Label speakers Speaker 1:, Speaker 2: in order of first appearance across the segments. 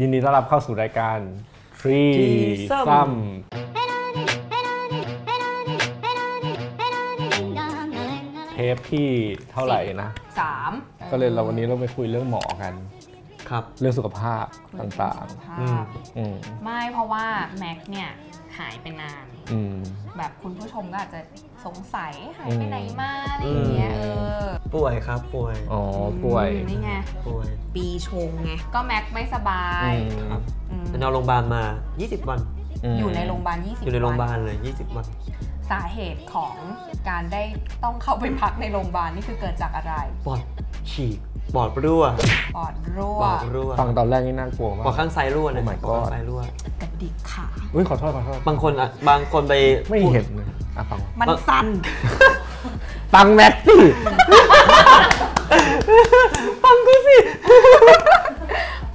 Speaker 1: ยินดีต้อนรับเข้าสู่รายการ Tree
Speaker 2: Threesome
Speaker 1: Sum เทปที่เท่าไหร่นะ
Speaker 3: สาม
Speaker 1: ก็เลยเราวันนี้เราไปคุยเรื่องหมอกัน
Speaker 2: ครับ
Speaker 1: เรื่องสุขภาพต่าง
Speaker 3: ภ
Speaker 2: อื
Speaker 3: าม พ
Speaker 1: ๆ อืม
Speaker 3: ไม่เพราะว่าแม็กเนี่ยหายไปนาน
Speaker 1: อืม
Speaker 3: แบบคุณผู้ชมก็อาจจะสงสัยหายไปไหนมาอะไร
Speaker 2: อื
Speaker 3: อ
Speaker 2: ม
Speaker 3: ย่างเงี้ยเออ
Speaker 2: ป่วยครับป่วย
Speaker 1: อ๋อป่วย
Speaker 3: อืมนี่ไง
Speaker 2: ป่วย
Speaker 3: ปีชงไงก็แม็กไม่สบา
Speaker 1: อื
Speaker 3: ย
Speaker 1: ม
Speaker 2: ครับ
Speaker 3: อืม
Speaker 2: นอนโรงพยาบาลมา 20 วัน
Speaker 1: ม
Speaker 3: อยู่ในโรงพยาบาล20
Speaker 2: อยู่ในโรงพยาบา
Speaker 3: วัน
Speaker 2: ลเลย 20 วัน
Speaker 3: สาเหตุของการได้ต้องเข้าไปพักในโรงพยาบาลนี่คือเกิดจากอะไร
Speaker 2: ปอดฉีก ปอดรั่ว
Speaker 3: ปอดรั่ว
Speaker 2: ปอดรั่ว
Speaker 1: ฟังตอนแรกนี่น่ากลัวมา
Speaker 2: ปอด
Speaker 1: ก
Speaker 2: ข้างซ้ายรั่วนะ
Speaker 1: Oh my
Speaker 2: ปอดข้าง
Speaker 1: God
Speaker 2: ซ้ายรั่ว
Speaker 3: กระดิกขา
Speaker 1: อุ้ยขอโทษขอโทษ
Speaker 2: บางคนอะบางคนไป
Speaker 1: ไม่เห็น
Speaker 2: พูด
Speaker 1: เลยอ่ะฟัง
Speaker 3: มันสั่น
Speaker 1: ตังแม็กซี่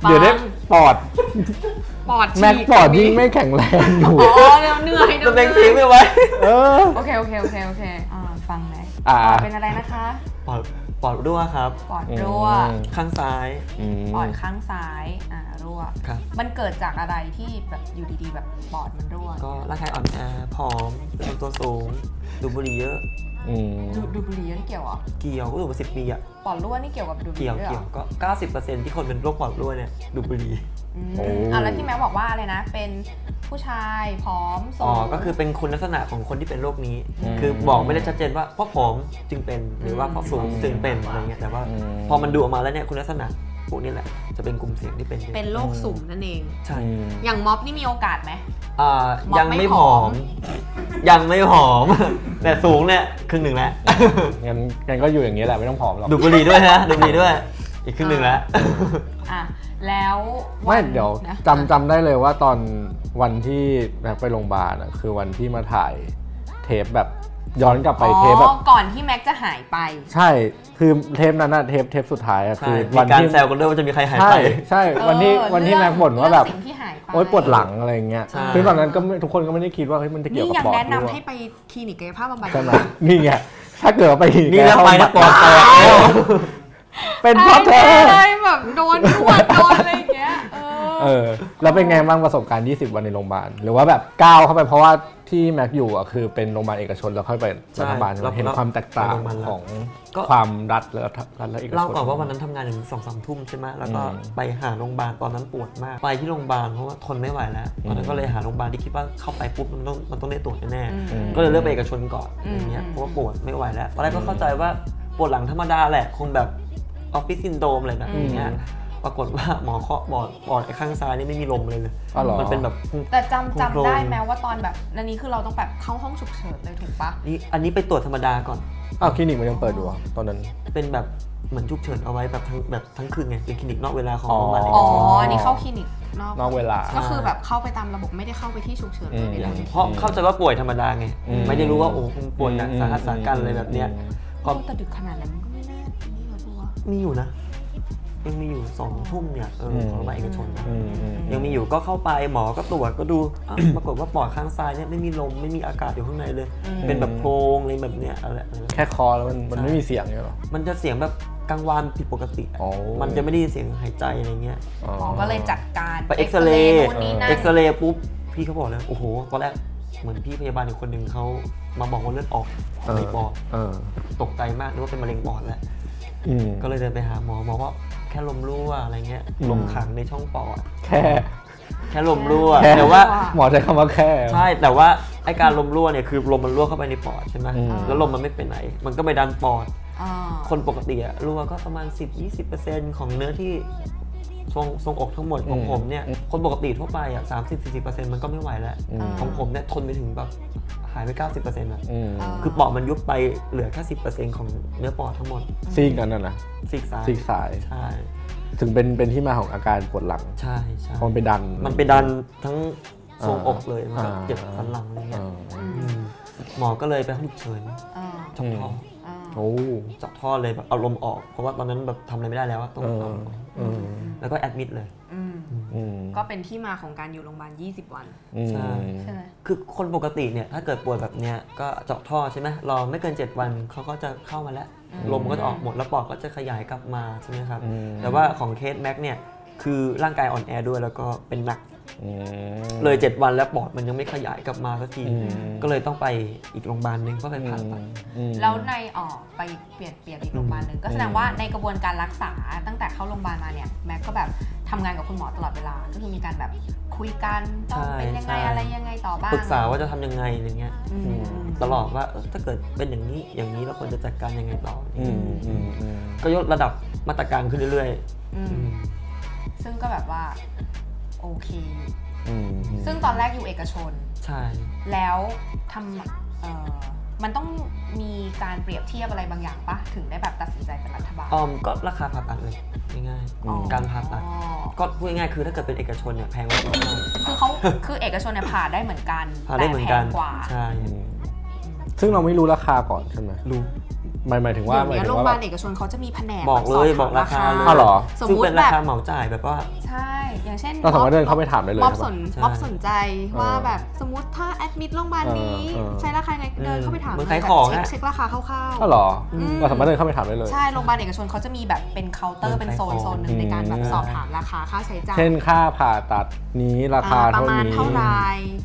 Speaker 1: เดี๋ยวได้ปอด
Speaker 3: ปอดฉีก
Speaker 1: แม็กปอดยิ่งไม่แข็งแรงอยู่
Speaker 3: อ๋อเดี๋ยวเหนื่อยเดี๋ย
Speaker 2: ตำ
Speaker 3: ว
Speaker 2: แหน่ง
Speaker 3: เห
Speaker 2: สี
Speaker 3: นื่อย
Speaker 2: ไม่ไว้
Speaker 1: เออ
Speaker 3: โอเค โอเค โอเค โอเคอ่าฟังนะ
Speaker 1: อ่า
Speaker 3: ปอดเป็นอะไรนะคะ
Speaker 2: ปอด ปอดรั่วครับ
Speaker 3: ปอดรั่ว
Speaker 2: ข้างซ้าย
Speaker 1: อืม
Speaker 3: ปอดข้างซ้าย อ่า รั่ว
Speaker 2: ครับ
Speaker 3: มันเกิดจากอะไรที่แบบอยู่ดีๆ แบบปอดมันรั่ว
Speaker 2: ก็ร่างกายอ่อนแอผอมเป็นคนตัวสูง ดูดบุหรี่เยอะ
Speaker 1: อืม
Speaker 3: ดูดูดบุหรี่นี่เกี่ยวเหรอ
Speaker 2: เกี่ยวก็ดูดมาสิบปีอะ
Speaker 3: ปอดรั่วนี่เกี่ยวกับดูดบุห
Speaker 2: เกี่ยว
Speaker 3: รี่ด้วย
Speaker 2: เกี่
Speaker 3: เห
Speaker 2: ยว
Speaker 3: รอ
Speaker 2: ก็ 90%ที่คนเป็นโรคปอดรั่วเนี่ยดูดบุหรี่
Speaker 3: อืมอ่าแล้วที่แม่บอกว่าอะไรนะ เป็นผู้ชายผอมสู
Speaker 2: อ๋อ
Speaker 3: ง
Speaker 2: ก็คือเป็นคุณลักษณะของคนที่เป็นโรคนี้ คือบอกไม่ได้ชัดเจนว่าเพราะผอมจึงเป็นหรือว่าเพราะสูงจึงเป็นอะไรเงี้ย แต่ว่าพอมันดูออกมาแล้วเนี่ยคุณลักษณะพวกนี้แหละ จะเป็นกลุ่มเสี่ยงที่เป็นยอะ
Speaker 3: เป็นโรคสุ่มนั่นเอง
Speaker 2: ใช่
Speaker 1: อืม
Speaker 3: อย่างม็อบนี่มีโอกาสไหม
Speaker 2: อ่า
Speaker 3: หมอก
Speaker 2: ยัง
Speaker 3: ไม่
Speaker 2: ไม่
Speaker 3: ผ
Speaker 2: ผ
Speaker 3: อ
Speaker 2: อ
Speaker 3: ม
Speaker 2: ม ยังไม่ผอม แต่สูงเนี่ยครึ่งหนึ่งแล้ว
Speaker 1: งั้นงั้นก็อยู่อย่างนี้แหละไม่ต้องผอมหรอก
Speaker 2: ดูดบุหรี่ด้วยนะดูดบุหรี่ด้วย อีกครึ่งหนึ่งแล้ว
Speaker 3: อ่ะ แล้วน
Speaker 1: ไม่เดี๋ยว
Speaker 3: นะ
Speaker 1: จำจำได้เลยว่าตอนวันที่แม็กไปโรงพยาบาลอะคือวันที่มาถ่ายเทปแบบย้อนกลับไปเทปแบ
Speaker 3: อ๋
Speaker 1: บ
Speaker 3: อก่อนที่แม็กจะหายไป
Speaker 1: ใช่คือเทปนั้นอะเทปเทปสุดท้ายอะ
Speaker 2: ใช่
Speaker 1: คือ
Speaker 2: มี
Speaker 1: วัน
Speaker 2: การ
Speaker 1: ที่
Speaker 2: แซวกันด้วยว่าจะมีใครหาย
Speaker 1: ใช่
Speaker 2: ไป
Speaker 1: ใช่
Speaker 3: เออ
Speaker 1: วันที่วันที่
Speaker 3: เรื่
Speaker 1: แม็
Speaker 3: อง
Speaker 1: กบ่นว่าแบบ
Speaker 3: เรื่องสิ่งที่หายไป
Speaker 1: โอ๊ยปวดหลังอะไรอย่างเงี้ย
Speaker 2: ใช่
Speaker 1: คือตอนนั้นก็ไม่ทุกคนก็ไม่ได้คิดว่าเฮ้ยมันจะเกี่ยว
Speaker 3: นี่
Speaker 1: กับ
Speaker 3: ยัง
Speaker 1: ปอด
Speaker 3: แนะนำ
Speaker 1: ด้วย
Speaker 3: ให้ไปคลินิกกายภาพบำบัด
Speaker 1: ใช่ไหมนี่ไงถ้าเกิดว่าไป
Speaker 2: นี่แล้วไปนะปอดแตก
Speaker 1: เป็นเพราะเธ
Speaker 3: ได้
Speaker 1: อ
Speaker 3: ได้แบบโดนขวดโดนอะไรอย่างเงี้ยเออ
Speaker 1: เออแล้วเป็นไงบ้างประสบการณ์ 20 วันในโรงพยาบาล หรือว่าแบบก้าวเข้าไปเพราะว่าที่แม็กอยู่อ่ะคือเป็นโรงพยาบาลเอกชนแล้วค่อยไป
Speaker 2: ใช่
Speaker 1: รัฐบาลใช่ไหม
Speaker 2: เรา
Speaker 1: เห็นความแตกต่าง
Speaker 2: เราโรงพยาบาล
Speaker 1: ของ
Speaker 2: ก็
Speaker 1: ความรัฐและรัฐและเอกชน
Speaker 2: เล่าก่อนว่าวันนั้นทำงานถึงสองสามทุ่มใช่ไหมแล้วก็
Speaker 1: อืม
Speaker 2: ไปหาโรงพยาบาลตอนนั้นปวดมาก ไปที่โรงพยาบาลเพราะว่าทนไม่ไหวแล้ว ตอนนั้
Speaker 1: อื
Speaker 2: น
Speaker 1: ม
Speaker 2: ก็เลยหาโรงพยาบาลที่คิดว่าเข้าไปปุ๊บมันต้องมันต้องได้ตรวจแน่
Speaker 3: อืม
Speaker 1: เออ
Speaker 2: ๆก็เลยเลือกไปเอกชนก่อน
Speaker 3: อืม
Speaker 2: อย่างเงี้ย
Speaker 3: อืม
Speaker 2: เพราะว่าปวดไม่ไหวแล้วตอนแรกก็เข้าใจว่าปวดหลังธรรมดาแหละคงแบบออฟฟิศซินโดมอะไรแบบนี้เงี้ยปรากฏว่าหมอเคาะ บอดบอดไอ้ข้างซ้ายนี่ไม่มีลมเลยเลย
Speaker 1: อ๋อเหรอ
Speaker 2: มันเป็นแบบ
Speaker 3: แต่จำจำ
Speaker 2: โครง
Speaker 3: ได้แม้ว่าตอนแบบอันนี้คือเราต้องแบบเข้าห้องฉุกเฉินเลยถูกปะ
Speaker 2: นี่อันนี้ไปตรวจธรรมดาก่อน
Speaker 1: อ้าวคลินิกมันยังเปิดอยู่เหรอตอนนั้น
Speaker 2: เป็นแบบเหมือนฉุกเฉินเอาไว้แบบทั้งแบบทั้งคืนไงเป็นคลินิกนอกเวลาของ
Speaker 1: อ๋อ
Speaker 2: โรงพยาบาลเอ
Speaker 3: อ๋อก
Speaker 2: ชน
Speaker 3: อันนี้เข้าคลินิกนอก
Speaker 1: นอกเวลา
Speaker 3: ก็คือแบบเข้าไปตามระบบไม่ได้เข้าไปที่ฉุกเฉินเลย
Speaker 1: อืม
Speaker 3: ในเลย
Speaker 2: เพราะเข้าใจว่าป่วยธรรมดาไง
Speaker 1: อืม
Speaker 2: ไม่ได้รู้ว่าโอ้คงป่วยหนัก
Speaker 1: อืม
Speaker 2: สาหัสสากันอะไรแบบเนี้ย
Speaker 1: อืม
Speaker 2: พอ
Speaker 3: แต่ดึกขนาดนั้นมันก็ไม่น่าดีหรอกตัว
Speaker 2: มีอยู่นะ ยังมีอยู่สองทุ่มเนี่ยเออของโรงพยาบาลเอกชนนะ
Speaker 1: อืมอืม
Speaker 2: ยังมีอยู่ก็เข้าไปหมอก็ตรวจก็ดูอ้าวปรากฏว่าปอดข้างซ้ายเนี่ยไม่มีลมไม่มีอากาศอยู่ข้างในเลย เป็นแบบโพรงอะไรแบบเนี้ยอะไรอะไร
Speaker 1: แค่คอแล้วมันมัน
Speaker 2: ใช่
Speaker 1: ไม่มีเสียงเนี่ยเหรอ
Speaker 2: มันจะเสียงแบบกังวานผิดปกติอะ
Speaker 1: อ๋อ
Speaker 2: มันจะไม่ได้ยินเสียงหายใจอะไรเงี้ย
Speaker 1: อ๋อ
Speaker 3: หมอก็เลยจัดการ
Speaker 2: ไปเอ็กซเรย์
Speaker 3: นู่นนี่นั่น
Speaker 2: เอ็กซเรย์ปุ๊บพี่เขาบอกเลยโอ้โหตอนแรกเหมือนพี่พยาบาลอีกคนหนึ่งเขามาบอกว่าเลือดออกในปอด
Speaker 1: เออ
Speaker 2: ตกใจมากนึกว่าเป็นมะเร็งปอดแหละ
Speaker 1: อืม
Speaker 2: ก็เลยเดินไปหาหมอหมอว่าแค่ลมรั่วอะไรเงี้ยลมขังในช่องปอด
Speaker 1: แค่
Speaker 2: แค่ลมรั่ว
Speaker 1: แค่
Speaker 2: แต่ว่า
Speaker 1: หมอใช้คำว่าแค่
Speaker 2: ใช่แต่ว่าไอการลมรั่วเนี่ยคือลมมันรั่วเข้าไปในปอดใช่ไหม
Speaker 1: อืม
Speaker 2: แล้วลมมันไม่ไปไหน มันก็ไปดันปอด
Speaker 3: อ่า
Speaker 2: คนปกติอะรั่วก็ประมาณ 10-20%ของเนื้อที่ทรงทรงอกทั้งหมดของ
Speaker 1: อืม
Speaker 2: ผมเนี่ยคนปกติทั่วไปอะ30-40%มันก็ไม่ไหวแล้ว
Speaker 1: อืม
Speaker 2: ของผมเนี่ยทนไปถึงแบบหายไป 90%อ่ะ
Speaker 1: อืมา
Speaker 2: คือปอดมันยุบไปเหลือแค่ 10%ของเนื้อปอดทั้งหมด
Speaker 1: ซีกนั้นน่ะนะ
Speaker 2: ซีกซ้าย
Speaker 1: ซีกซ้าย
Speaker 2: ใช่
Speaker 1: ถึงเป็นเป็นที่มาของอาการปวดหลัง
Speaker 2: ใช่ใช่
Speaker 1: เพราะมันไปดัน
Speaker 2: มันไปดันทั้งทรงอกเลย มันก็
Speaker 1: อ่า
Speaker 2: เจ็บสันหลังอะไรเงี้
Speaker 1: เอย อ
Speaker 2: อืมหมอก็เลยไปห้องฉุกเฉิน
Speaker 3: อ่า
Speaker 2: เจาะท่อ
Speaker 3: อ่า
Speaker 1: โอ้
Speaker 2: เจาะท่อเลยแบบเอาลมออก เพราะว่าตอนนั้นแบบทำอะไรไม่ได้แล้วอะต้อง
Speaker 1: เออ
Speaker 2: เอาลมออก
Speaker 1: เออ
Speaker 2: แล้วก็แอดมิดเลย
Speaker 3: อืม
Speaker 1: อืม
Speaker 3: ก็เป็นที่มาของการอยู่โรงพยาบาล 20 วัน
Speaker 1: อืม
Speaker 2: ใช่
Speaker 3: ใช่ไหม
Speaker 2: คือคนปกติเนี่ย ถ้าเกิดป่วยแบบเนี้ยก็เจาะท่อใช่ไหมรอไม่เกิน 7 วันเขาก็จะเข้ามาแล้ว ลมก็จะออกหมดแล้วปอดก็จะขยายกลับมาใช่ไหมครับ
Speaker 1: อืม
Speaker 2: แต่ว่าของเคสแม็กเนี่ย คือร่างกายอ่อนแอด้วยแล้วก็เป็นหนัก
Speaker 1: อืม
Speaker 2: เลย 7 วันแล้วปอดมันยังไม่ขยายกลับมาสักที
Speaker 1: อืม
Speaker 2: ก็เลยต้องไปอีกโรงพยาบาลหนึงเพื่อไปผ่าตัด
Speaker 1: อืม
Speaker 3: แล้วในออกไปเปลี่ยนเปลี่ยนอีกโรงพยาบาลหนึ่งก็แสดงว่าในกระบวนการรักษาตั้งแต่เข้าโรงพยาบาลมาเนี่ยแม็กก็แบบทำงานกับคุณหมอตลอดเวลา ก็คือมีการแบบคุยกันต้องเป็นยังไง
Speaker 2: ใช่ใช่
Speaker 3: อะไรยังไงต่อบ้าง
Speaker 2: ปรึกษาว่าจะทำยังไงอะไรเงี้ย
Speaker 3: อืมอืม
Speaker 2: ตลอดว่าเออถ้าเกิดเป็นอย่างนี้อย่างนี้เราควรจะจัดการยังไงต่ออะไร
Speaker 1: อื
Speaker 2: เงี้ย
Speaker 1: มอืมอืม
Speaker 2: ก็ยกระดับมาตรการขึ้นเรื่อย
Speaker 3: อื
Speaker 2: ๆอื
Speaker 3: ม
Speaker 2: ม
Speaker 3: ซึ่งก็แบบว่าโอเค
Speaker 1: อืมอืม
Speaker 3: ซึ่งตอนแรกอยู่เอกชน
Speaker 2: ใช่
Speaker 3: แล้วทำเอ่อมันต้องมีการเปรียบเทียบอะไรบางอย่างปะถึงได้แบบตัดสินใจเป็นรัฐบาล
Speaker 2: ออมก็ราคาผ่าตัดเลยง่ายๆ
Speaker 3: อ๋อ
Speaker 2: การผ่าตัด ก็พูดง่ายๆคือถ้าเกิดเป็นเอกชนเนี่ยแพงกว่าเรา
Speaker 3: คือเขาคือเอกชนเนี่ยผ่าได้เหมือนกัน
Speaker 2: ผ่าได้เหมือนกัน
Speaker 3: แต่แพงกว่า
Speaker 2: ใช่
Speaker 1: อืมซึ่งเราไม่รู้ราคาก่อนใช่ไหม
Speaker 2: รู้
Speaker 1: หมายหมายถึงว่า
Speaker 3: เดี๋ยว
Speaker 1: หมาย
Speaker 3: นี้
Speaker 1: ถึ
Speaker 3: โรง ง
Speaker 1: ว่ายแบบ
Speaker 3: พาา
Speaker 1: บ
Speaker 3: ลเอกชนเขาจะมีแผนก
Speaker 2: บอกเลย
Speaker 3: สน
Speaker 2: บอกราคาเลย
Speaker 1: อ้าวเหรอ
Speaker 3: สม
Speaker 2: ซึ่ง
Speaker 3: มุ
Speaker 2: เป็
Speaker 3: ติ
Speaker 2: น
Speaker 3: แบ
Speaker 2: รา
Speaker 3: บ
Speaker 2: คาเหมาจ่ายแบบว่า
Speaker 3: ใช่ อย่างเช่น
Speaker 1: เราสามารถเดินเข้าไปถามได้เลย
Speaker 3: ม็อบ
Speaker 1: ใช่
Speaker 3: ส
Speaker 1: ปะ
Speaker 3: น
Speaker 2: ใช่
Speaker 3: ม็อบสนใจว่า
Speaker 1: เออ
Speaker 3: แบบสมมติถ้าแอดมิดโรงพยาบาลนี้
Speaker 1: เออเออ
Speaker 3: ใช้ราคาไหนเดินเข้าไปถาม
Speaker 2: เหมือน
Speaker 3: ลย
Speaker 2: ขายของ
Speaker 3: แบบ
Speaker 2: อะ
Speaker 3: เช็คเช็คราคาคร่าว
Speaker 1: อ้าวเหรอ
Speaker 3: ๆ
Speaker 2: อื
Speaker 3: อื
Speaker 2: ม
Speaker 3: ม
Speaker 1: เราสามารถเดินเข้าไปถามได้เลย
Speaker 3: ใช่โรงพยาบาลเอกชนเขาจะมีแบบเป็นเคาน์เตอร์
Speaker 2: เหมื
Speaker 3: เป็
Speaker 2: อน น
Speaker 3: โซน
Speaker 2: ขายของ
Speaker 3: โซนหนึ่งในการแบบ
Speaker 1: อืม
Speaker 3: สอบถามราคาค่าใช้จ่าย
Speaker 1: เช่นค่าผ่าตัดนี้ราคา
Speaker 3: อ่า
Speaker 1: เท่า
Speaker 3: ประมาณ
Speaker 1: นี้
Speaker 3: เท่าไหร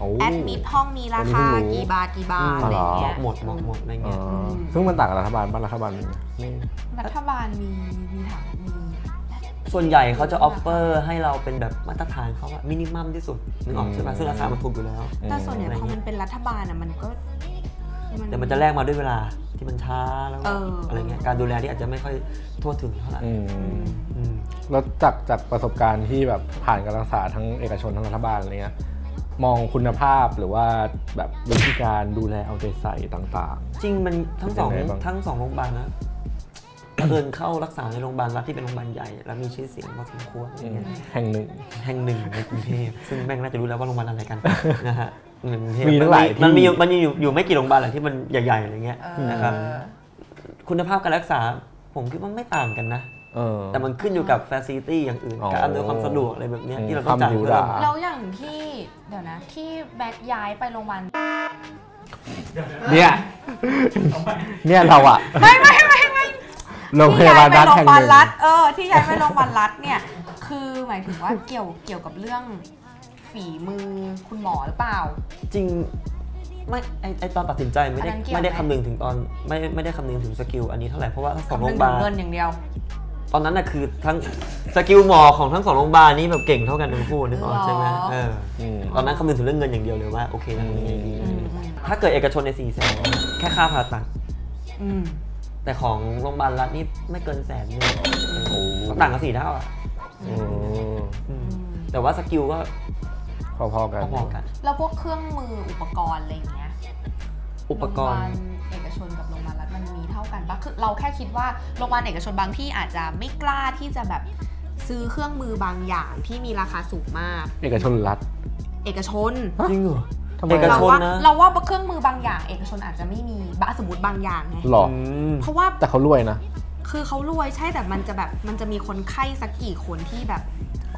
Speaker 1: โอ้
Speaker 3: แอดมิดห้องมีราคา
Speaker 1: อันนี้เพิ่งรู้
Speaker 3: กี่บาทกี่บาท
Speaker 1: อ๋อ
Speaker 3: อะ
Speaker 1: เห
Speaker 3: ไร
Speaker 1: รอ
Speaker 3: อย่าง
Speaker 2: หม
Speaker 3: เงี้
Speaker 2: ด
Speaker 3: ย
Speaker 2: หมดหมดหมดอะไร
Speaker 1: อ๋อ
Speaker 2: เงี้ย
Speaker 3: ม
Speaker 1: ซึ่งมันต่างกับรัฐบาลบ้านรัฐบาลมีไหมไม่
Speaker 3: รัฐบาลมีมีถังมี
Speaker 2: ส่วนใหญ่เขาจะออฟเฟอร์ให้เราเป็นแบบมาตรฐานเขาอะมินิมัมที่สุดนึกออกใช่ไหม
Speaker 1: อืม
Speaker 2: ซึ่งราคามันถูกอยู่แล้ว
Speaker 3: แต่ส่วนใหญ่
Speaker 2: อะไร
Speaker 3: พอ
Speaker 2: เงี้ย
Speaker 3: มันเป็นรัฐบาลอ่ะมันก็
Speaker 2: แต่มันจะแลกมาด้วยเวลาที่มันช้าแล้วก็
Speaker 3: เอออ
Speaker 2: อะไรเงี้ยการดูแลที่อาจจะไม่ค่อยทั่วถึงเท่าไหร่
Speaker 1: อืม
Speaker 3: อืม
Speaker 2: อืม
Speaker 1: แล้วจากจากประสบการณ์ที่แบบผ่านการรักษาทั้งเอกชนทั้งรัฐบาลอะไรเงี้ยมองคุณภาพหรือว่าแบบวิธีการดูแลเอาใจใส่ต่าง
Speaker 2: จริงมันทั้งสอง
Speaker 1: เป็นไงบ้าง
Speaker 2: ทั้งสองโรงพยาบาลนะเดินเข้ารักษาในโรงพยาบาลรัฐที่เป็นโรงพยาบาลใหญ่และมีชื่อเสียงพอสมควรอะ
Speaker 1: ๆ
Speaker 2: ไร
Speaker 1: อืม
Speaker 2: เงี้ย
Speaker 1: แห่งหนึ่ง
Speaker 2: แห่งหนึ่งในกรุงเท พ ซึ่งแม่งน่าจะรู้แล้วว่าโรงพยาบาลอะไรกัน นะฮะในกรุงเทพ
Speaker 1: มีทั้งหลายที่
Speaker 2: มันมีอยู่มันมีอยู่อยู่ไม่กี่โรงพยาบาลหรอกที่มันใหญ่ๆอะไรเงี้ย
Speaker 3: เออ
Speaker 2: นะครับคุณภาพการรักษาผมคิดว่าไม่ต่างกันนะ
Speaker 1: เออ
Speaker 2: แต่มันขึ้นอยู่กับ f ฟ c i l i t y อย่างอื่น
Speaker 1: อ๋อ
Speaker 2: การอำนวยความสะดวกอะไรแบบเนี้ย
Speaker 1: อืม
Speaker 2: ที่เราต้องจ่า
Speaker 1: ค
Speaker 2: ย
Speaker 1: วามหรู
Speaker 2: เพิ่
Speaker 1: หรา
Speaker 2: ม
Speaker 3: แล้วอย่างที่เดี๋ยวนะ ที่แบ็คย้ายไปโรงพยาบาล
Speaker 1: เนี่ย เนี่ยเราอะ
Speaker 3: ไม่ไม่ไม่ไม่
Speaker 1: โรงพยาบาลรัฐแห่งหนึ่ง
Speaker 3: รัฐเออที่ย้ายไปโรงพยาบาลรัฐเนี่ย คือหมายถึงว่าเกี่ยวเกี่ยวกับเรื่องฝีมือคุณหมอหรือเปล่า
Speaker 2: จริงไม่ไอไอตอนตัดสินใจไม่ได้
Speaker 3: อันนั้นเกี่ยว
Speaker 2: ไม่ได้
Speaker 3: ไหม
Speaker 2: คำนึงถึงตอนไม่ไม่ได้คำนึงถึงสกิลอันนี้เท่าไหร่เพราะว่าทั้งสอง
Speaker 3: คำ
Speaker 2: โร
Speaker 3: นึ
Speaker 2: งพยา
Speaker 3: งถึ
Speaker 2: บาง ล
Speaker 3: เงินอย่างเดียว
Speaker 2: ตอนนั้นน่ะคือทั้งสกิลหมอของทั้งสองโรงพยาบาลนี่แบบเก่งเท่ากันทั้งคู่นึกออกใช่ไหม
Speaker 3: หรอ
Speaker 2: เออตอนนั้นคำนึงถึงเรื่องเงินอย่างเดียวเลยว่าโอเคนะยังไงดี
Speaker 3: อืมอืม
Speaker 2: ถ้าเกิดเอกชนใน4ี่แสนแค่ค่าผ่าตัด
Speaker 3: อืม
Speaker 2: แต่ของโรงพยาบาลรัฐนี่ไม่เกินแสนหนึง
Speaker 1: โอ้
Speaker 2: ต่างกันสี่เท่าอ่ะ
Speaker 1: อืม
Speaker 2: อืม
Speaker 3: อืม
Speaker 2: แต่ว่าสกิลก็
Speaker 1: พอๆกัน
Speaker 2: พอๆกัน
Speaker 3: แล้วพวกเครื่องมืออุปกรณ์อะไรอย่างเงี้ย
Speaker 2: อุปกรณ์
Speaker 3: โงพยาบาลเอกชนกับโรงพยาบาลรัฐมันมีเท่ากันปะคือเราแค่คิดว่าโรงพยาบาลเอกชนบางที่อาจจะไม่กล้าที่จะแบบซื้อเครื่องมือบางอย่างที่มีราคาสูงมาก
Speaker 1: เอกชนรัฐ
Speaker 3: เอกชน
Speaker 2: จริงเหรอ
Speaker 1: ทำไม
Speaker 2: เอก
Speaker 3: เรา
Speaker 2: ชน
Speaker 3: ว่า
Speaker 2: นะ
Speaker 3: เราว่าเครื่องมือบางอย่าง เอกชนอาจจะไม่มีบะสมมติบางอย่างไง
Speaker 1: หรอ
Speaker 2: อืม
Speaker 3: เพราะว่า
Speaker 1: แต่เขารวยนะ
Speaker 3: คือเขารวยใช่แต่มันจะแบบมันจะมีคนไข้สักกี่คนที่แบบ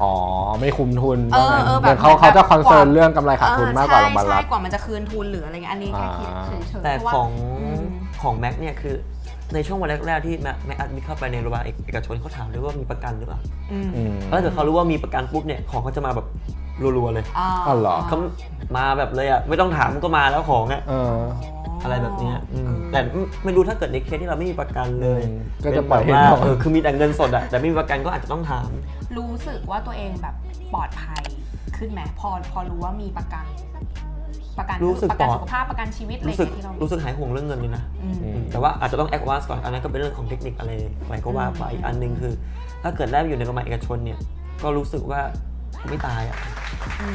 Speaker 1: อ๋อ ไม่คุ้มทุน
Speaker 3: เออเออ
Speaker 1: หมืน
Speaker 3: แบบ
Speaker 1: เขา
Speaker 3: แบบ
Speaker 1: เขาจะคอนเซิร์น
Speaker 3: กว่า
Speaker 1: เรื่องกำไรขาดทุนมากกว่าโรงพยาบาล
Speaker 3: ใช่
Speaker 1: รัฐ
Speaker 3: ใช่กว่ามันจะคืนทุนหรืออะไรเงี้ยอันนี้แค่คิด
Speaker 1: อ่า
Speaker 3: เฉยๆ
Speaker 2: แต่
Speaker 3: เพราะว่า
Speaker 2: ของ
Speaker 3: อืม
Speaker 2: ของแม็กเนี่ยคือในช่วงวันแรกๆที่แม็กแม็กอัดมิเข้าไปในโรงพยาบาลเอกชนเขาถามเลยว่ามีประกันหรือเปล่า
Speaker 3: อืม
Speaker 1: อืม
Speaker 2: แล้วถ้าเกิดเขารู้ว่ามีประกันปุ๊บเนี่ยของเขาจะมาแบบรัวๆเลย
Speaker 3: า
Speaker 1: อ๋อเหรอ
Speaker 2: เขามาแบบเลยอ่ะไม่ต้องถามก็มาแล้วของอ่ะ
Speaker 1: เออ
Speaker 2: อะไรแบบเนี้ยอืม
Speaker 3: เออ
Speaker 2: แต่ไม่รู้ถ้าเกิดในเคสที่เราไม่มีประกันเลย
Speaker 1: อืมก็จะปล่อยให้
Speaker 2: เป็นแบบว่า
Speaker 1: เรา
Speaker 2: เออคือมีแต่เงินสดอะแต่ไม่มีประกันก็อาจจะต้องถาม
Speaker 3: รู้สึกว่าตัวเองแบบปลอดภัยขึ้นไหมพอพอรู้ว่ามีประกัน ประกัน
Speaker 2: รู้สึก
Speaker 3: ประกัน
Speaker 2: ปลอด
Speaker 3: สุขภาพประกันชีวิตอะไรอ
Speaker 2: รู้สึ
Speaker 3: ย่าง
Speaker 2: ก
Speaker 3: เงี้ยที่เรา
Speaker 2: รู้สึกหายห่วงเรื่องเงินเลยนะ
Speaker 3: อืม
Speaker 1: อืม
Speaker 2: แต่ว่าอาจจะต้องแอ v ว n c e ก่อนอันนั้นก็เป็นเรื่องของเทคนิคอะไรอะไรก็ว่าไป
Speaker 3: อืม
Speaker 2: อีกอันหนึงคือ ถ้าเกิดได้ไปอยู่ในโรงพยาบาลเอกชนเนี่ยก็รู้สึกว่าไม่ตายอะ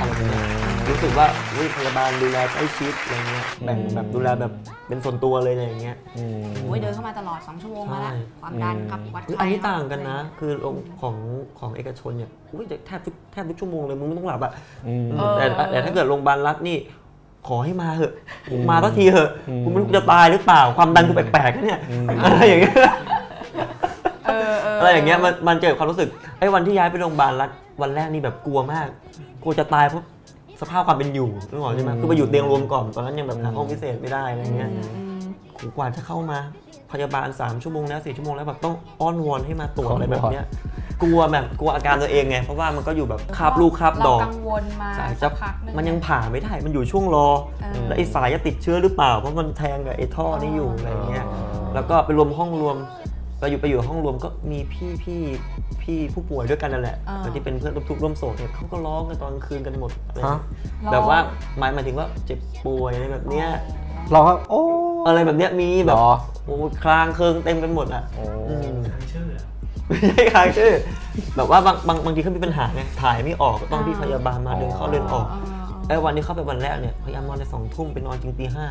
Speaker 2: อะไรแบบเนี้ยรู้สึกว่าอุ๊ยพยาบาลดูแลใกล้ชิดอะไรเงี้ยแบ่งแบบดูแลแบบเป็นส่วนตัวเลยอะไรอย่างเงี้ย
Speaker 1: อืม
Speaker 3: โอ้ยเดินเข้ามาตลอด 2 ชั่วโมงมาแล้ว
Speaker 2: ใช่
Speaker 3: ความดัน
Speaker 1: อืม
Speaker 3: กับวัดไข้
Speaker 2: อันนี้ต่างกันนะ คือโรงของของเอกชนเนี่ยอุ๊ยแต่แทบทุกแทบทุกชั่วโมงเลยมึงไม่ต้องหลับอะ
Speaker 1: อืม
Speaker 2: อืมแต่แต่ถ้าเกิดโรงพยาบาลรัฐนี่ ขอให้มาเหอะมาสักทีเหอะ
Speaker 1: อืม
Speaker 2: กูไม่รู้กูจะตายหรือเปล่าความดันกูแปลกๆนะเนี่ยอะไรอย่างเงี้ย
Speaker 3: เออเออ
Speaker 2: อะไรอย่างเงี้ยมันมันเกิดความรู้สึกไอ้วันที่ย้ายไปโรงพยาบาลรัฐวันแรกนี่แบบกลัวมากกลัวจะตายเพราะสภาพความเป็นอยู่นึกออกใช่ไหม
Speaker 1: อืม
Speaker 2: คือไปอยู่เตียงรวมก่อนตอนนั้นยังแบบหาห้องพิเศษไม่ได้อะไร
Speaker 3: อื
Speaker 2: เงี้ย
Speaker 3: มอืม
Speaker 2: กูกว่าจะเข้ามาพยาบาล3ชั่วโมงแล้ว4ชั่วโมงแล้วแบบต้องอ้อนวอนให้มาตรวจอะไรแบบเนี้ย กลัวแบบกลัวอาการตัวเองไง เพราะว่ามันก็อยู่แบบคาบลูกคาบดอก
Speaker 3: เรกังวลมา
Speaker 2: ใช่
Speaker 3: สั
Speaker 2: จะ
Speaker 3: กพักหนึง
Speaker 2: มันยังผ่าไม่ได้มันอยู่ช่วงรอ
Speaker 3: เออ
Speaker 2: แล้วไอ้สายจะติดเชื้อหรือเปล่า เพราะมันแทงกับไอ้ท่อนี่อยู่อะไรเงี้ย แล้วก็ไปรวมห้องรวมเราอยู่ไปอยู่ห้องรวมก็มีพี่พี่พี่ผู้ป่วยด้วยกันนั่นแหละ
Speaker 3: เออ
Speaker 2: คนที่เป็นเพื่อนร่วมทุกข์ร่วมโศกเนี่ยเขาก็ร้องกันตอนกลางคืนกันหมดอะไร
Speaker 1: ฮะ
Speaker 2: แบบว่าหมายหมายถึงว่าเจ็บป่วยอะไรแบบเนี้ย
Speaker 1: เราก็โอ้
Speaker 2: อะไรแบบเนี้ยมีแบ
Speaker 1: ห
Speaker 2: บ
Speaker 1: รอ
Speaker 2: โอ้คลางเคืองเต็มกันหมดอ่ะ
Speaker 1: โอ้
Speaker 2: อืม
Speaker 4: ทางชื่ออะ
Speaker 2: ไม่ใช่คลาง ชื่อแบบว่าบางบางบางทีเขามีปัญหาไงถ่ายไม่ออกก็ต้องพี่พยาบาลมาเดินเข้าเดินออก
Speaker 3: เออเอ
Speaker 2: ไอ้
Speaker 3: อ
Speaker 2: วันที่เข้าไปวันแรกเนี่ยพยายามนอนในสองทุ่มไปนอนจริงตีห้า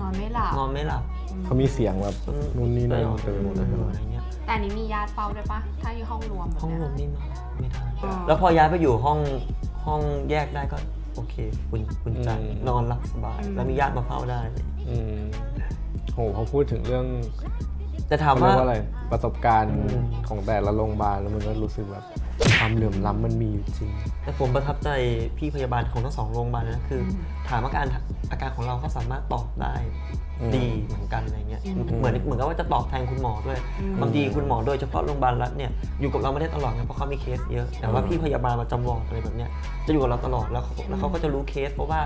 Speaker 2: น
Speaker 3: อนไม่หลับ
Speaker 2: นอนไม่หลับ
Speaker 1: เขามีเสียงแบบนู่นนี่นั่นเต็มไปหมดเลยใช่ไหม
Speaker 2: อะไรเงี้ย
Speaker 3: แต่อันนี้มีญาติเฝ้าด้วยปะถ้าอยู่ห้องรวมแบบ
Speaker 2: ห้องร
Speaker 3: เนี้ย
Speaker 2: วมนี่มาไม่ได้
Speaker 3: อ๋อ
Speaker 2: แล้วพอย้ายไปอยู่ห้องห้องแยกได้ก็โอเคคุณคุณใจนอนหลับสบาย แล้วมีญาติมาเฝ้าได้
Speaker 1: อืมโหพอพูดถึงเรื่อง
Speaker 2: แต่ถาม
Speaker 1: เขาเรี
Speaker 2: ว่า
Speaker 1: ก
Speaker 2: ย
Speaker 1: ว่าอะไรประสบการณ์ของแต่ละโรงพยาบาลแล้วมันก็รู้สึกแบบความเหลื่อมล้ำมันมีอยู่จริง
Speaker 2: แต่ผมประทับใจพี่พยาบาลของทั้งสองโรงพยาบาลนะคืออถามอาการอาการของเราเขาสามารถตอบได้
Speaker 1: อืม
Speaker 2: ดีเหมือนกันอะไรเงี้ย
Speaker 3: อืม
Speaker 2: เหมือนเหมือนกับว่าจะตอบแทนคุณหมอด้วยบางทีคุณหมอโดยเฉพาะโรงพยาบาลรัฐเนี่ยอยู่กับเราไม่ได้ตลอดนะเพราะเขามีเคสเยอะแต่ว่า
Speaker 1: อืม
Speaker 2: พี่พยาบาลประจำวอร์ดอะไรแบบเนี้ยจะอยู่กับเราตลอดแล้วเขาแล้วเขาก็จะรู้เคส เพราะว่า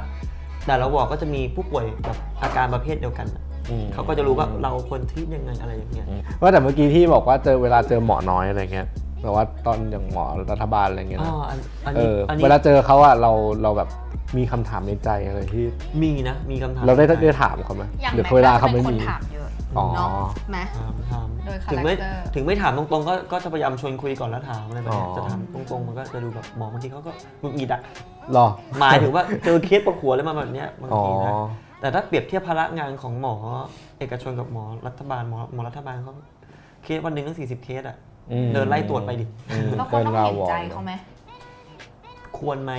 Speaker 2: แต่ละวอร์ดก็จะมีผู้ป่วยแบบอาการประเภทเดียวกันอะ
Speaker 1: อืม
Speaker 2: เขาก็จะรู้ว่าเราควรที่ยังไงอะไรอย่างเงี้ย
Speaker 1: ว่าแต่เมื่อกี้ที่บอกว่าเจอเวลาเจอหมอน้อยอะไรเงี้ยแต่ว่าตอนอย่างหมอรัฐบาลอะไรเงี้ย
Speaker 2: อ๋อ
Speaker 1: นะ
Speaker 2: อันอัน
Speaker 1: เอ
Speaker 2: นี้
Speaker 1: อ
Speaker 2: อัน
Speaker 1: เว
Speaker 2: นี้
Speaker 1: ลาเจอเขาอะเราเราแบบมีคำถามในใจอะไรที่
Speaker 2: มีนะมีคำถาม
Speaker 1: เราได้
Speaker 2: ในใจ
Speaker 1: ได้ถามเขาไหม
Speaker 3: อย่าง
Speaker 1: หรือ
Speaker 3: แม็ก
Speaker 1: เวลา
Speaker 3: น่จะ
Speaker 1: เขา
Speaker 3: ป็
Speaker 1: ไม่
Speaker 3: นคน
Speaker 1: มี
Speaker 3: ถามเยอะ
Speaker 1: อ๋อ
Speaker 3: เนาะไหม
Speaker 2: ถามถาม
Speaker 3: โดยคา
Speaker 2: ถึง
Speaker 3: แรค
Speaker 2: ไม่
Speaker 3: เตอร์
Speaker 2: ถึงไม่ถามตรงๆก็ก็จะพยายามชวนคุยก่อนแล้วถามอะไรแบบเนี้ย
Speaker 1: อ๋อ
Speaker 2: จะถามตรงๆมันก็จะดูแบบหมอบางทีเขาก็หงุดหงิดอะ
Speaker 1: หรอ
Speaker 2: หมายถึงว่าเจอเคสปวดหัวอะไรมาแบบเนี้ยบาง
Speaker 1: อ๋อ
Speaker 2: ทีนะแต่ถ้าเปรียบเทียบภาระงานของหมอเอกชนกับหมอรัฐบาลหมอหมอรัฐบาลเขาเคสวันหนึ่งตั้ง40 เคสอะ
Speaker 1: อืม
Speaker 2: เดินไล่ตรวจไปดิ
Speaker 1: อืม
Speaker 3: แล้วคนต้องเห็นใจ
Speaker 1: เกิ
Speaker 3: เขา
Speaker 1: น
Speaker 3: ไหม
Speaker 2: ควรไหม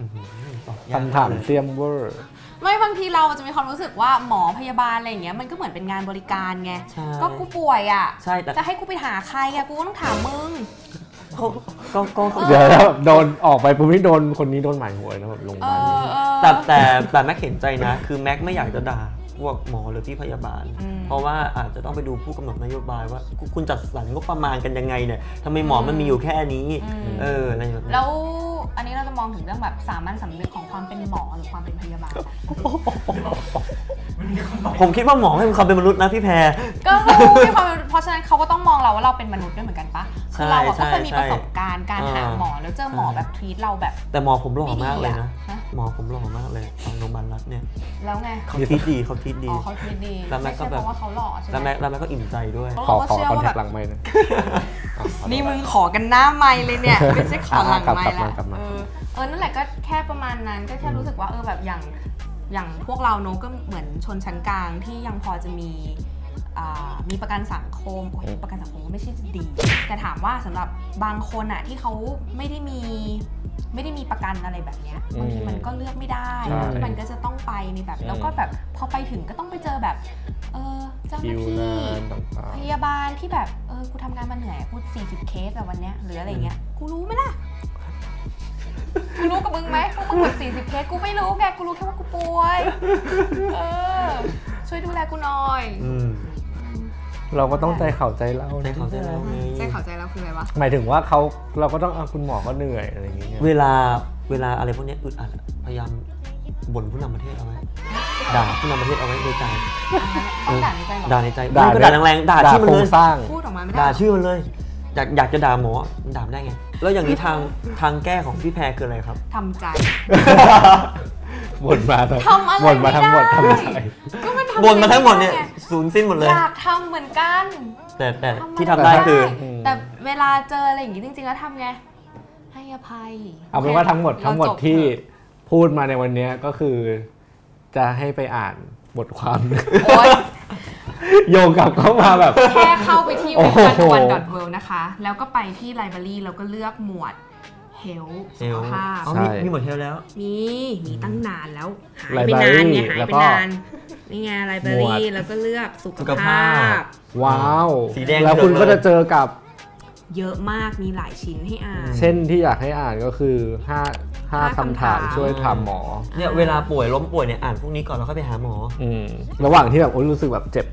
Speaker 2: อื้อหือตอบยก
Speaker 1: คำถามเซียมเวอร์
Speaker 3: ไม่บางทีเราจะมีความรู้สึกว่าหมอพยาบาลอะไรอย่างเงี้ยมันก็เหมือนเป็นงานบริการไง
Speaker 2: ใช่
Speaker 3: ก็กูป่วยอ่ะ
Speaker 2: ใช่แต่
Speaker 3: จะให้กูไปหาใครอ่ะ กูก็ต้องถามมึง
Speaker 2: เขาก็ก็ก็
Speaker 1: เดี๋ยวแล้วโดนออกไปปุ๊บนี่โดนคนนี้โดนหมายหัวนะแบบลง
Speaker 3: เอ
Speaker 1: มาล
Speaker 3: อเออ
Speaker 2: แต่แต่แต่แม็กเห็นใจนะ คือแม็กไม่อยากจะด่าพวกหมอหรือพี่พยาบาล
Speaker 3: อืม
Speaker 2: เพราะว่าอาจจะต้องไปดูผู้กำหนดนโยบายว่าคุณคุณจัดสรรงบประมาณกันยังไงเนี่ยทำไมหมอมันมีอยู่แค่นี้
Speaker 3: อืม
Speaker 2: เอออะไรแบบนี้
Speaker 3: แล้วอันนี้เราจะมองถึงเรื่องแบบสามัญสำนึกของความเป็นหมอหรือความเป็นพยาบาล
Speaker 4: ไม่มีคำตอบ
Speaker 2: ผมคิดว่าหมอให้ความเป็นมนุษย์นะพี่แพร
Speaker 3: ก็มีความเพราะฉะนั้นเขาก็ต้องมองเราว่าเราเป็นมนุษย์ด้วยเหมือนกันปะคือเราอะ
Speaker 2: ใช่ใช่
Speaker 3: ก็เคยมีประสบการณ์การหาหมอแล้วเจอหมอ
Speaker 2: ใช่
Speaker 3: แบบทวีตเราแบบ
Speaker 2: แต่หมอผมหล่อมากเลยนะ
Speaker 3: ไม่ดีอะฮะ
Speaker 2: หมอผมหล่อมากเลยตอนโรงพยาบาลรัฐเนี่ย
Speaker 3: แล้วไง
Speaker 2: เขาคิดดีเขาคิดดี
Speaker 3: อ๋อเขาทวีตดี
Speaker 2: แล้วแม็
Speaker 3: ไม่
Speaker 2: กก็
Speaker 3: ใช่
Speaker 2: แบบ
Speaker 3: เพราะว่าเขาหล่อใช่
Speaker 2: แล้ว
Speaker 3: ไหม
Speaker 2: แม็กแล้วแม็กก็อิ่มใจด้วย
Speaker 1: ขอขอ
Speaker 3: เราก็เชื่อ
Speaker 1: คอน
Speaker 3: ว่า
Speaker 1: แท
Speaker 3: แบบ
Speaker 1: คหลังไม่นะอ่ะขอ
Speaker 3: นี่มึงขอกันหน้าไม่เลยเนี่ย ไม่ใช่ขอหลัง
Speaker 1: อ่ะ
Speaker 3: ไม่
Speaker 1: กลับ
Speaker 3: ละ
Speaker 1: กลับมา
Speaker 3: เอก
Speaker 1: ลับมา
Speaker 3: อเออนั่นแหละก็แค่ประมาณนั้นก็แค่รู้สึกว่าเออแบบอย่างอย่างพวกเราเนอะก็เหมือนชนชั้นกลางที่ยังพอจะมีอ่ามีประกันสังคมโอ้ยประกันสังคมก็ไม่ใช่จะดี แต่ถามว่าสำหรับบางคนอะที่เขาไม่ได้มีไม่ได้มีประกันอะไรแบบเนี้ยบางทีมันก็เลือกไม่ได้
Speaker 1: ใช่
Speaker 3: บางทีมันก็จะต้องไปในแบบ
Speaker 1: อืม
Speaker 3: แล้วก็แบบพอไปถึงก็ต้องไปเจอแบบเออเจ้าห
Speaker 1: คิ
Speaker 3: น้าว ที่
Speaker 1: นานต่าง
Speaker 3: พยาบาลที่แบบ เออ กูทำงานมาเหนื่อยอะกู40 เคสแบบวันเนี้ยหรืออะไรเงี้ย กูรู้ไหมล่ะ กูรู้กับมึงไหมว่ามึงแบบ40 เคส กูไม่รู้ไง กูรู้แค่ว่ากูป่วย เออ ช่วยดูแลกูหน่อย
Speaker 2: อืม
Speaker 1: ๆ เราก็ต้องใจเข่าใจเรา
Speaker 2: ใจเขาใจเราไง
Speaker 3: ใจเขาใจแล้วคืออะไรวะ
Speaker 1: หมายถึงว่าเขาเราก็ต้องเอาคุณหมอก็เหนื่อยอะไรอย่างเงี้ย
Speaker 2: เวลาเวลาอะไรพวกเนี้ยอึดอัดอะพยายามบ่นผู้นำประเทศเอาไว้ด่าผู้นำประเทศเอาไว้ในใจ
Speaker 3: ต้องด่าในใจเหรอ
Speaker 2: ด่าในใจ
Speaker 1: ด่า
Speaker 2: ไม่ก็ด่าแรงๆด่าชื่อมัน
Speaker 1: โคร
Speaker 2: เล
Speaker 1: ง
Speaker 2: ย
Speaker 1: ส ร้าง
Speaker 3: พูดออกมาไม่
Speaker 2: ด่า
Speaker 3: ได้
Speaker 2: ชื่อมันเลย อยากอยากจะด่าหมอมันด่าไม่ได้ไง แล้วอย่างนี้ทางทางแก้ของพี่แพรคืออะไรครับ
Speaker 3: ทำใจ
Speaker 1: บ่นมาทั้ง
Speaker 3: ทำอะไร
Speaker 1: บ่นมาทั้งหมด
Speaker 3: ไม่
Speaker 1: ทำ
Speaker 3: ได้
Speaker 1: อะไร
Speaker 3: ก็มันทำ
Speaker 2: บ่นมาทั้งหมดเนี่ย
Speaker 3: ไไ
Speaker 2: ศูนย์สิ้นหมดเลย
Speaker 3: อยากทำเหมือนกัน
Speaker 2: แต่แต่
Speaker 3: ำอะร
Speaker 2: ที่ทำได้คือ
Speaker 3: ม่ได้แต่เวลาเจออะไรอย่างงี้จริง ๆ แล้วทำไง ให้อภัย
Speaker 1: เอาเป็นว่าทั้งหมดทั้งหมด
Speaker 3: เราจบ
Speaker 1: ที่
Speaker 3: เถอะ
Speaker 1: พูดมาในวันเนี้ยก็คือ จะให้ไปอ่านบทความ
Speaker 3: โอ๊ย
Speaker 1: โยงกลับเข้ามาแบบ
Speaker 3: แค่เข้าไปที่
Speaker 1: โอ้
Speaker 3: เว็บ
Speaker 1: โห
Speaker 3: พันวันดอทเวนะคะ แล้วก็ไปที่ไลบรารีแล้วก็เลือกหมวด health
Speaker 2: เซ
Speaker 3: สุ
Speaker 2: ล
Speaker 3: ข
Speaker 2: ล์
Speaker 3: ภาพ
Speaker 2: อ๋อ
Speaker 1: ใช่
Speaker 2: มีมีหมดเทลแล้ว
Speaker 3: มีมีตั้งนานแล้ว หาย
Speaker 1: Library
Speaker 3: ไปนานไงหาย
Speaker 1: แล้ว
Speaker 3: ไป
Speaker 1: ก็
Speaker 3: นาน นี่ไงไลบรา
Speaker 1: หมวด
Speaker 3: รีแล้วก็เลือกสุข
Speaker 2: สุขภา
Speaker 3: ภา
Speaker 2: พ
Speaker 3: พ
Speaker 1: ว้าว
Speaker 2: สีแดง
Speaker 1: แล้วคุณ
Speaker 2: เกือบเลย
Speaker 1: ก็จะเจอกับ
Speaker 3: เยอะมากมีหลายชิ้นให้อ่าน
Speaker 1: เช่นที่อยากให้อ่านก็คือห้าห้า
Speaker 3: ห้า
Speaker 1: คำถา
Speaker 3: คำถาม ม
Speaker 1: ช่วยถามหมอ
Speaker 2: เนี่ยเวลาป่วยล้มป่วยเนี่ยอ่านพวกนี้ก่อนแล้วค่อยไปหาหมอ
Speaker 1: อืมระหว่างที่แบบโอ้ยรู้สึกแบบเจ็บ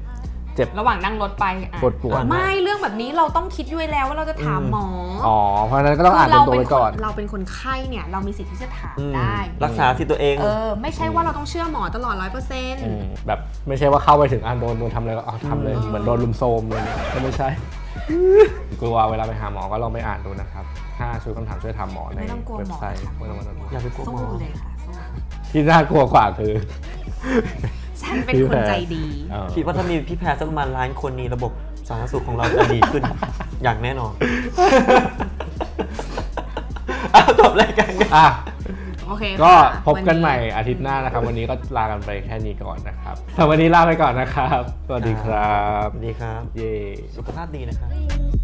Speaker 1: เ จ็บ
Speaker 3: ระหว่างนั่งรถไปอ่ะ
Speaker 1: ปวดปวด
Speaker 3: ไม่เรื่องแบบนี้เราต้องคิดด้วยแล้วว่าเราจะถามหมอ
Speaker 1: อ๋อเพราะฉะนั้นก็ต้องอ่าน
Speaker 3: คื
Speaker 1: เป็นตัวไว้ก่อน
Speaker 3: เราเป็นคนไข้เนี่ยเรามีสิทธิ์ที่จะถาม
Speaker 2: อืม
Speaker 3: ได้
Speaker 2: รักษาสิทธิ์ตัวเอง
Speaker 3: เออ ไม่ใช่ว่าเราต้องเชื่อหมอตลอดร้อยเปอร์เซ็นต์
Speaker 1: อืมแบบไม่ใช่ว่าเข้าไปถึงอ่านโดนโดนทำอะไรก็อ๋อทำเลย
Speaker 3: อืม
Speaker 1: เหมือนโดนลุมโซมเลยก็ไม่ใช่ กลัวเวลาไปหาหมอก็ลองไปอ่านดูนะครับห้าชุดคำถามช่วยถามหมอใน
Speaker 3: ไม่ต้องกลัว
Speaker 1: เว็
Speaker 3: ห
Speaker 1: บ
Speaker 3: มอ
Speaker 1: ไซต์
Speaker 3: ค่ะ
Speaker 1: ไม่ต้องกลัวหมอ
Speaker 2: อย่าไปกลัวหม
Speaker 3: สู้
Speaker 2: อ
Speaker 3: เลยค่ะสู้
Speaker 1: ที่น่ากลัวกว่าคือ
Speaker 3: ฉันเป็นคนใจดี
Speaker 1: เออ
Speaker 2: คิดว่าถ้ามีพี่แพรสักประมาณล้านคนนี้ระบบสาธารณสุขของเราจะดี ขึ้น อย่างแน่นอน เอาจบรายการกัน
Speaker 1: อ่ะ
Speaker 3: โอเค
Speaker 1: ก็
Speaker 3: ค่ะ
Speaker 1: พบกันใหม่
Speaker 3: วั
Speaker 1: อาทิตย์หน้านะครับ วันนี้ก็ลากันไปแค่นี้ก่อนนะครับ แต่วันนี้ลาไปก่อนนะครับ สวัสดีครับ
Speaker 2: สวัสดีครับ
Speaker 1: เย้
Speaker 2: สุขภาพดีนะครับ